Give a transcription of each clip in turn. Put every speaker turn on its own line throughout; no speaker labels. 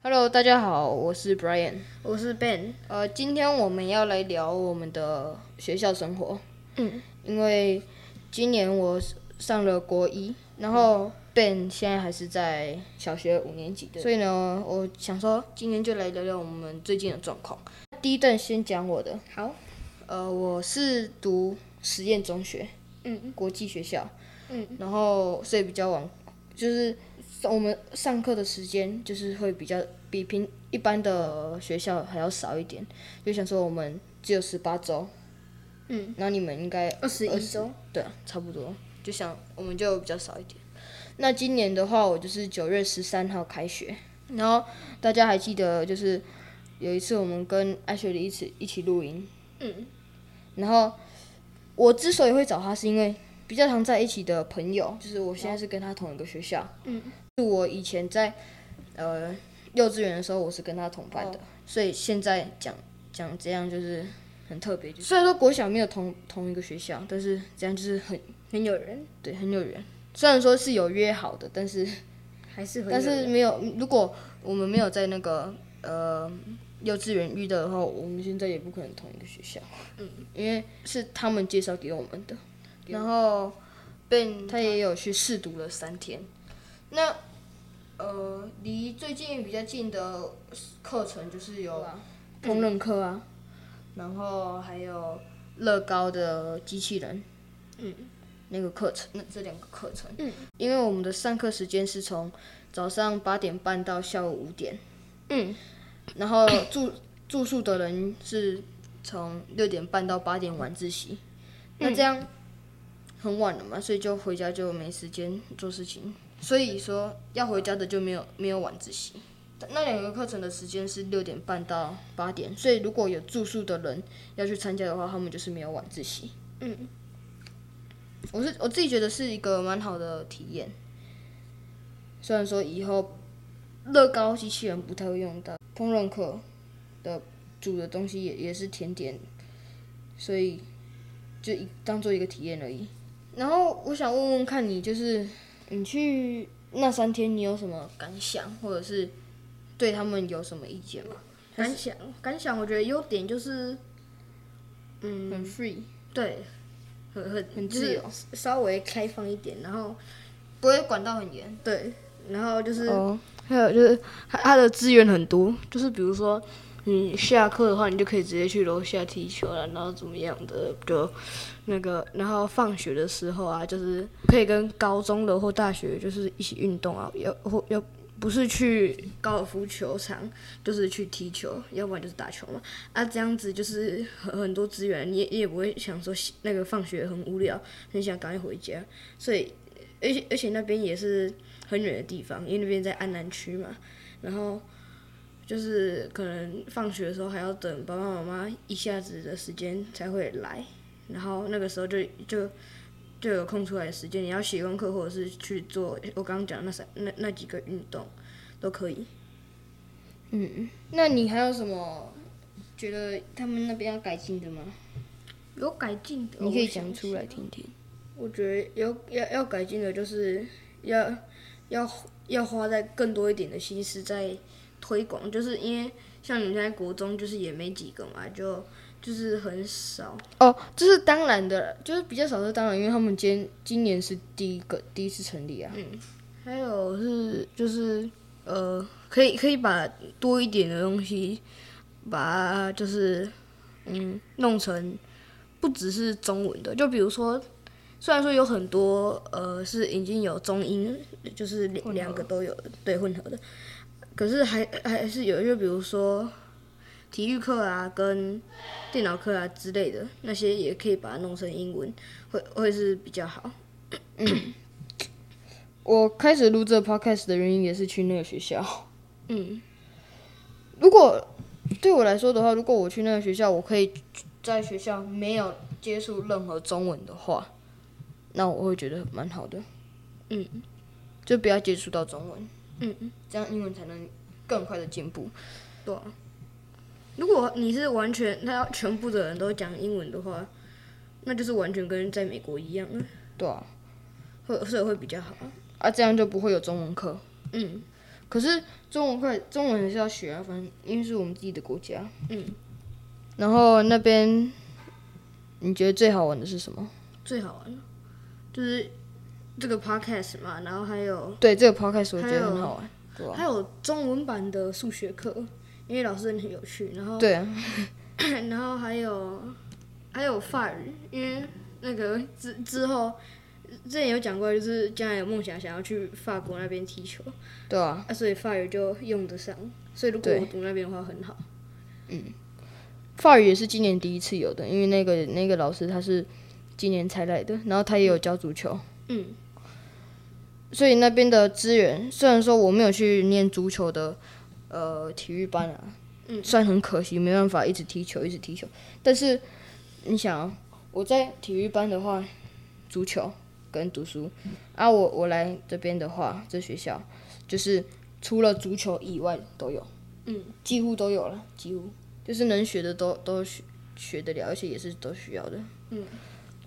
Hello，大家好，我是 Brian。
我是 Ben，
呃，今天我们要来聊我们的学校生活。
嗯，
因为今年我上了国一，然后 Ben 现在还是在小学五年级的，所以呢，我想说今天就来聊聊我们最近的状况。第一段先讲我的，
好，
呃，我是读实验中学，
嗯
国际学校，
嗯，
然后所以比较晚，就是我们上课的时间就是会比较比平一般的学校还要少一点，就想说我们只有十八周，
嗯，
然后你们应该
二十一周，
对啊，差不多，就想我们就比较少一点。那今年的话，我就是九月十三号开学，然后大家还记得就是有一次我们跟艾雪莉一起一起录音，
嗯，
然后我之所以会找他，是因为比较常在一起的朋友，就是我现在是跟他同一个学校，
嗯，
是我以前在呃幼稚园的时候，我是跟他同班的，
哦
所以现在讲讲这样就是很特别，就是虽然说国小没有同同一个学校，但是这样就是很
很有人，
对很有缘。虽然说是有约好的，但是
还是很有
但是
人，
没有，如果我们没有在那个呃幼稚园遇到的话，我们现在也不可能同一个学校。嗯，因为是他们介绍给我们的。然后 Ben 他也有去试读了三天。那呃，离最近比较近的课程就是有烹饪课啊，然后还有乐高的机器人，
嗯，
那个课程，那这两个课程，嗯，因为我们的上课时间是从早上八点半到下午五点，
嗯，
然后住住宿的人是从六点半到八点晚自习，那
嗯
这样很晚了嘛，所以就回家就没时间做事情，所以说要回家的就没有没有晚自习。那两个课程的时间是六点半到八点，所以如果有住宿的人要去参加的话，他们就是没有晚自习。
嗯，
我是我自己觉得是一个蛮好的体验，虽然说以后乐高机器人不太会用到，烹饪课的煮的东西也也是甜点，所以就一当做一个体验而已。然后我想问问看你，就是你去那三天你有什么感想，或者是对他们有什么意见吗？
感想感想，我觉得优点就是，嗯，
很 free，
对，很很
很
就
自
是
由
稍微开放一点，然后
不会管到很严。
对，然后就是
哦，还有就是它它的资源很多，就是比如说你下课的话，你就可以直接去楼下踢球了，然后怎么样的就那个，然后放学的时候啊，就是可以跟高中的或大学就是一起运动啊，要或要。不是去高尔夫球场，就是去踢球，要不然就是打球嘛。啊，这样子就是很很多资源，你也你也不会想说那个放学很无聊，很想赶快回家。所以，而且而且那边也是很远的地方，因为那边在安南区嘛，然后就是可能放学的时候还要等爸爸妈妈一下子的时间才会来，然后那个时候就就就有空出来的时间，你要写功课或者是去做我刚刚讲的那三那那几个运动都可以。
嗯那你还有什么觉得他们那边要改进的吗？
有改进的，
你可以
我想
讲出来听听。
我觉得有要要改进的就是要要要花在更多一点的心思在推广，就是因为像你们现在国中就是也没几个嘛，就就是很少。
哦，这是当然的，就是比较少是当然，因为他们今今年是第一个第一次成立啊。
嗯还有是就是呃，可以可以把多一点的东西，把它就是嗯弄成不只是中文的，就比如说，虽然说有很多呃是已经有中英，就是两两个都有对混合的，可是还还是有，就比如说体育课啊跟电脑课啊之类的那些也可以把它弄成英文，会会是比较好。
我开始录这个 podcast 的原因也是去那个学校。
嗯，
如果对我来说的话，如果我去那个学校，我可以在学校没有接触任何中文的话，那我会觉得蛮好的。
嗯，
就不要接触到中文，
嗯，
这样英文才能更快的进步。
对啊、如果你是完全他要全部的人都讲英文的话，那就是完全跟在美国一样了，
对啊，
会所以会比较好啊。
啊，这样就不会有中文课。
嗯，
可是中文课中文还是要学啊，反正因为是我们自己的国家。嗯。然后那边，你觉得最好玩的是什么？
最好玩的就是这个 podcast 嘛，然后还有
对，这个 podcast 我觉得
还有
很好玩，对吧？
还有中文版的数学课，因为老师很有趣，然后
对啊，
然后还有还有法语，因为那个之之后之前有讲过，就是将来有梦想想要去法国那边踢球，
对啊。
啊，所以法语就用得上，所以如果
对
我读那边的话很好。
法语也是今年第一次有的，因为那个那个老师他是今年才来的，然后他也有教足球，
嗯，
所以那边的资源虽然说我没有去念足球的呃体育班啊，嗯，算很可惜，没办法一直踢球一直踢球，但是你想、啊，我在体育班的话，足球跟读书啊我，我来这边的话，这学校就是除了足球以外都有，嗯，几乎都有了，几乎。就是能学的都都学学得了，而且也是都需要的。嗯，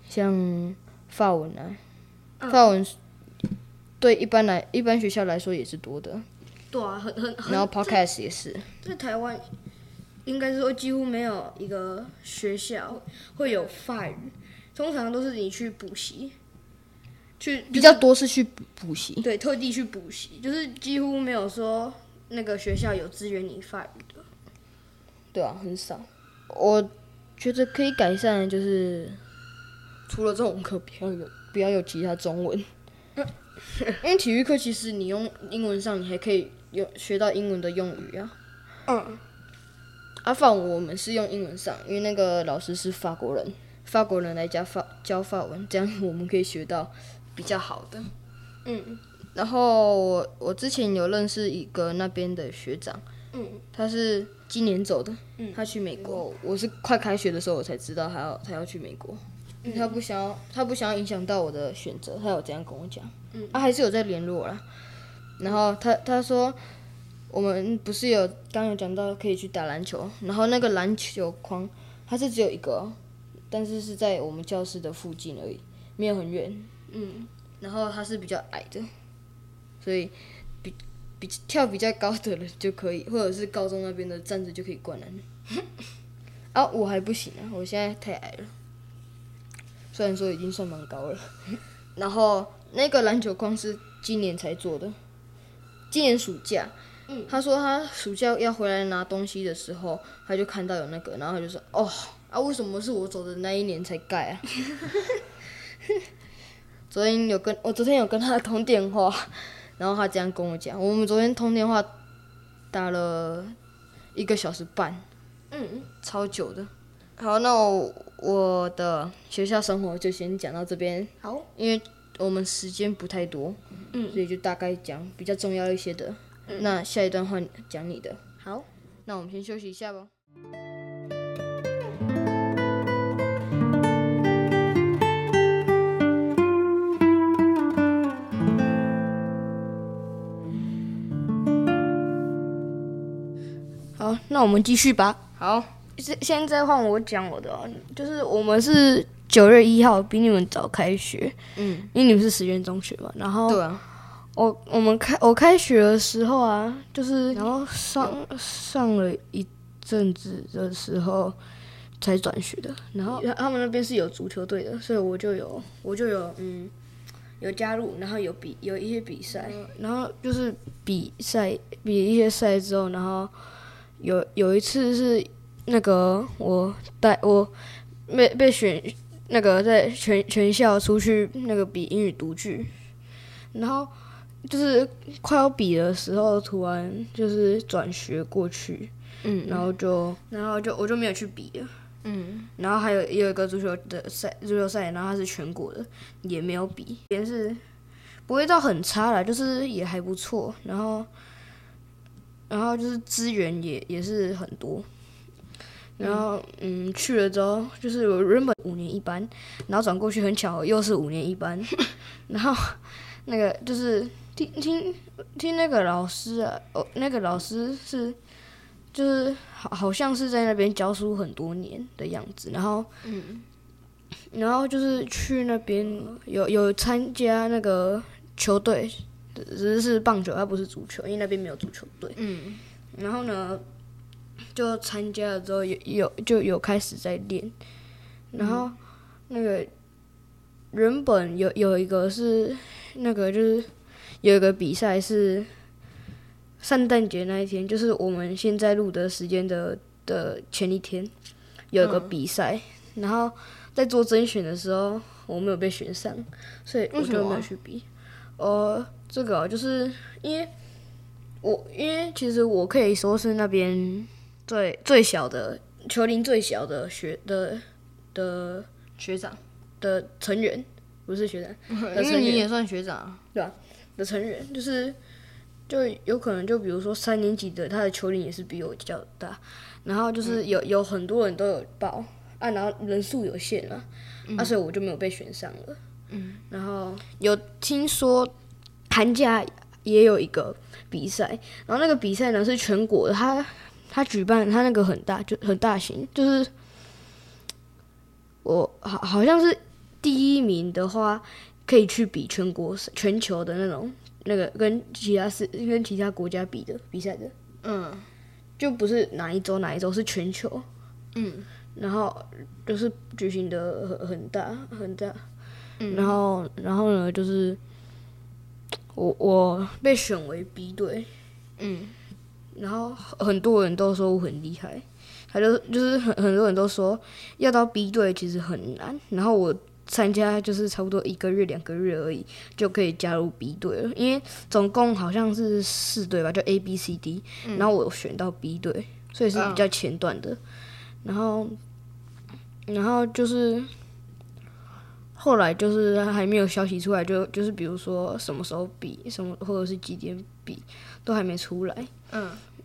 像法文啊，法文是对一般来一般学校来说也是多的，
对啊，很很
然
很，
后 podcast 也是，
在台湾应该是说几乎没有一个学校会有法语，通常都是你去补习，去
比较多是去补补习。
对，特地去补习，就是几乎没有说那个学校有支援你法语的。
对啊，很少。我觉得可以改善的就是，除了这种课，不要有不要有其他中文，嗯因为体育课其实你用英文上，你还可以有学到英文的用语啊。
嗯，
阿法文我们是用英文上，因为那个老师是法国人，法国人来教法教法文，这样我们可以学到比较好的。
嗯，
然后我我之前有认识一个那边的学长，嗯，他是今年走的，嗯，他去美国，我是快开学的时候我才知道他要他要去美国，他不想要他不想要影响到我的选择，他有这样跟我讲，嗯，啊还是有在联络啦，然后他他说我们不是有刚有讲到可以去打篮球，然后那个篮球框它是只有一个哦、但是是在我们教室的附近而已，没有很远。嗯，然后它是比较矮的，所以比比跳比较高的人就可以，或者是高中那边的站着就可以灌篮。 啊，我还不行啊，我现在太矮了，虽然说已经算蛮高了。 然后那个篮球框是今年才做的，今年暑假。他说他暑假要回来拿东西的时候，他就看到有那个，然后他就说：“哦，啊，为什么是我走的那一年才盖啊？” 昨天有跟我昨天有跟他通电话，然后他这样跟我讲，我们昨天通电话打了一个小时半，嗯，超久的。好，那我我的学校生活就先讲到这边，
好，
因为我们时间不太多，嗯，所以就大概讲比较重要一些的。那下一段换讲你的，
好，
那我们先休息一下吧。
好，那我们继续吧。
好，
现现在换我讲我的、哦，就是我们是九月一号，比你们早开学，
嗯，
因为你们是实验中学嘛。然后
对啊，
我我们开我开学的时候啊，就是然后上上了一阵子的时候才转学的。然后他们那边是有足球队的，所以我就有我就有嗯有加入，然后有比有一些比赛，然后就是比赛比一些赛之后，然后有有一次是那个我带我被被选那个在全全校出去那个比英语读剧，然后就是快要比的时候，突然就是转学过去，
嗯
然后就然后就我就没有去比了。
嗯，
然后还有也有一个足球的赛，足球赛，然后它是全国的，也没有比，也是不会到很差啦，就是也还不错。然后，然后就是资源也也是很多。然后，嗯，去了之后，就是我原本五年一班，然后转过去很巧合又是五年一 班，然后那个就是听听听那个老师啊，哦，那个老师是就是好好像是在那边教书很多年的样子，然后嗯，然后就是去那边有有参加那个球队只只是是棒球，它不是足球，因为那边没有足球队。
嗯，
然后呢，就参加了之后有有就有开始在练，然后那个原本有有一个是那个就是有一个比赛是圣诞节那一天，就是我们现在录的时间的的前一天有一
嗯
个比赛，然后在做甄选的时候我没有被选上，所以我
为什啊么
就
啊
没有去比。呃，这个哦就是因为我因为其实我可以说是那边最最小的球龄最小的学的的
学长，
的成员，不是学长
因为你也算学长啊，
的成员，就是就有可能就比如说三年级的他的球龄也是比我较大，然后就是有、有很多人都有报啊，然后人数有限啊，啊，所以我就没有被选上了。嗯，然后有听说寒假也有一个比赛，然后那个比赛呢是全国的，他他举办他那个很大就很大型，就是我好好像是第一名的话，可以去比全国全球的那种那个跟其他是跟其他国家比的比赛的，
嗯
就不是哪一周哪一周是全球，
嗯
然后就是举行的很很大很大，然后然后呢就是我我被选为 B 队，
嗯，
然后很多人都说我很厉害，他就就是很很多人都说要到 B 队其实很难，然后我参加就是差不多一个月两个月而已就可以加入 B 队了，因为总共好像是四队吧，就 A B C D，、然后我选到 B 队，所以是比较前段的，然后然后就是。后来就是还没有消息出来，就就是比如说什么时候比，什么或者是几点比，都还没出来。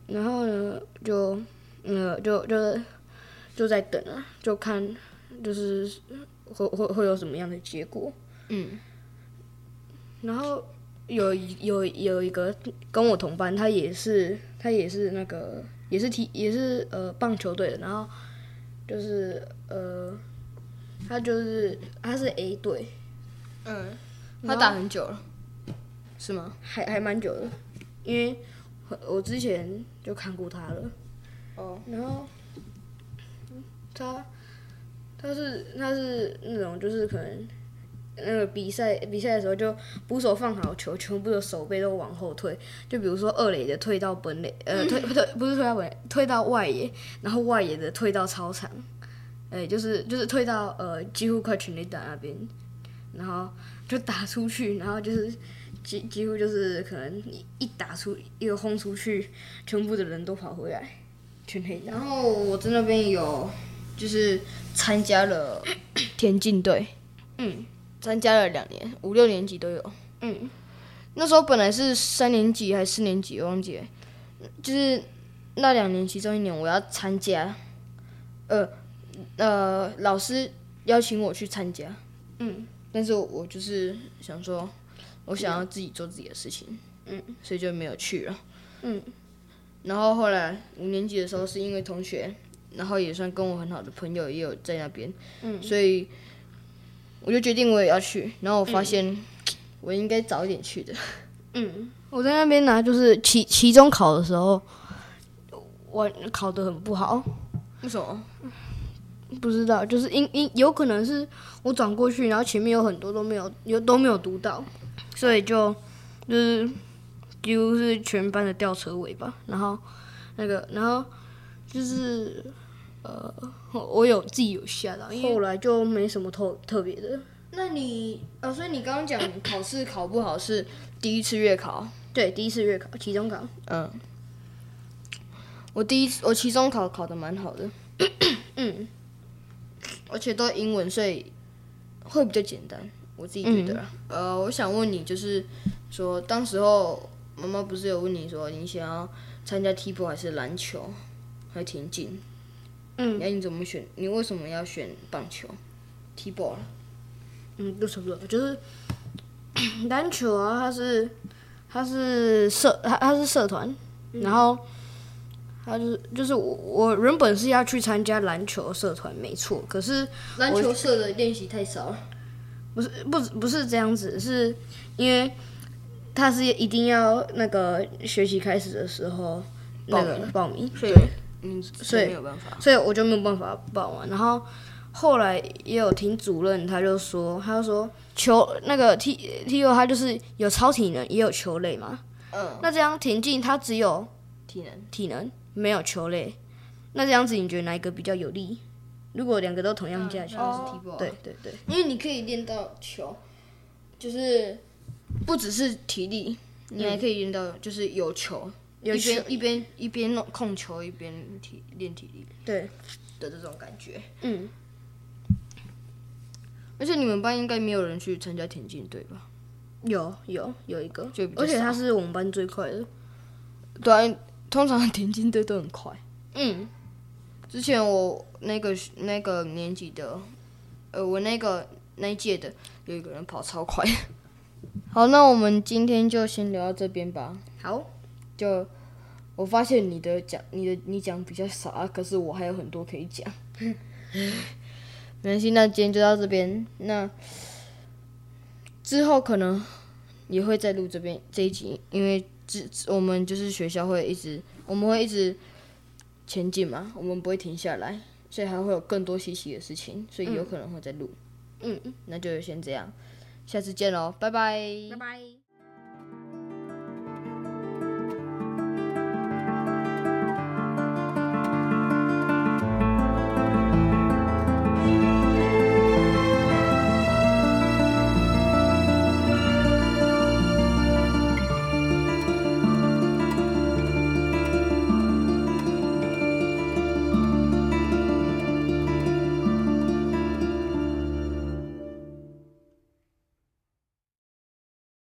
然后呢，就呃，就就是就在等啊，就看就是会会会有什么样的结果。
嗯。
然后有有有一个跟我同班，他也是他也是那个也是踢也是呃棒球队的，然后就是呃他就是他是 A 队，
嗯，他打很久了，是吗？
还还蛮久的，因为我之前就看过他了。
哦，
然后嗯他他是他是那种就是可能那个比赛比赛的时候就捕手放好球，全部的手背都往后退，就比如说二垒的退到本垒，呃退退不是退到本垒，退到外野，然后外野的退到操场，哎、就是就是退到呃几乎快全垒打那边，然后就打出去，然后就是。几几乎就是可能一一打出一个轰出去，全部的人都跑回来，全黑打。
然后我在那边有就是参加了田径队，
嗯
参加了两年，五六年级都有。
嗯
那时候本来是三年级还是四年级，我忘记了，就是那两年其中一年我要参加，呃呃，老师邀请我去参加，
嗯
但是我就是想说，我想要自己做自己的事情，嗯，所以就没有去了。
嗯
然后后来五年级的时候，是因为同学，然后也算跟我很好的朋友也有在那边，嗯，所以我就决定我也要去。然后我发现、我应该早一点去的，
嗯，我在那边呢、就是期期中考的时候，我考得很不好，
为什么？
不知道，就是因因有可能是我转过去，然后前面有很多都没有有都没有读到，所以就就是几乎是全班的吊车尾吧。然后那个，然后就是呃，我我有自己有吓到，因为后来就没什么特特别的，
那你哦，所以你刚刚讲你考试考不好是第一次月考，
对，第一次月考，期中考，
嗯，我第一次我期中考考的蛮 好的，
嗯。
而且都英文，所以会比较简单，我自己觉得啦。
嗯
呃，我想问你，就是说，当时候妈妈不是有问你说，你想要参加踢球还是篮球，还是田径？
嗯
那你怎么选？你为什么要选棒球？踢啊 ball 啦
嗯，就差不多，就是 篮球啊，它是它是社它它是社团，然后它就是就是我我原本是要去参加篮球社团，没错，可是
篮球社的练习太少了。
不是不不是这样子，是因为它是一定要那个学期开始的时候那个报名，
所以
对
嗯，所以没有办法。
所以我就没有办法报完。然后后来也有听主任，他就说，他就说球那个 T T O 他就是有超体能，也有球类嘛。
嗯，
那这样田径他只有
体能
体能，没有球类。那这样子你觉得哪一个比较有利？如果两个都同样价钱，
当然是踢爆啊
对对对，
因为你可以练到球，就是不只是体力，你还可以练到就是嗯有球，一
球
边一边一边弄控球，一边体练体力
对，
的这种感觉。
嗯，
而且你们班应该没有人去参加田径队吧？
有有有一个
就比，较
而且
少
他是我们班最快的，
对啊，因为通常田径队都很快。
嗯，
之前我那个那个年级的，呃，我那个那一届的有一个人跑超快。 好，那我们今天就先聊到这边吧。
好，
就我发现你的讲，你的你讲比较少啊，可是我还有很多可以讲。 没关系，那今天就到这边。那之后可能也会再录这边这一集，因为之我们就是学校会一直，我们会一直前进嘛，我们不会停下来，所以还会有更多稀奇的事情，所以有可能会再录。
嗯，
那就先这样，下次见喽，拜拜
拜拜。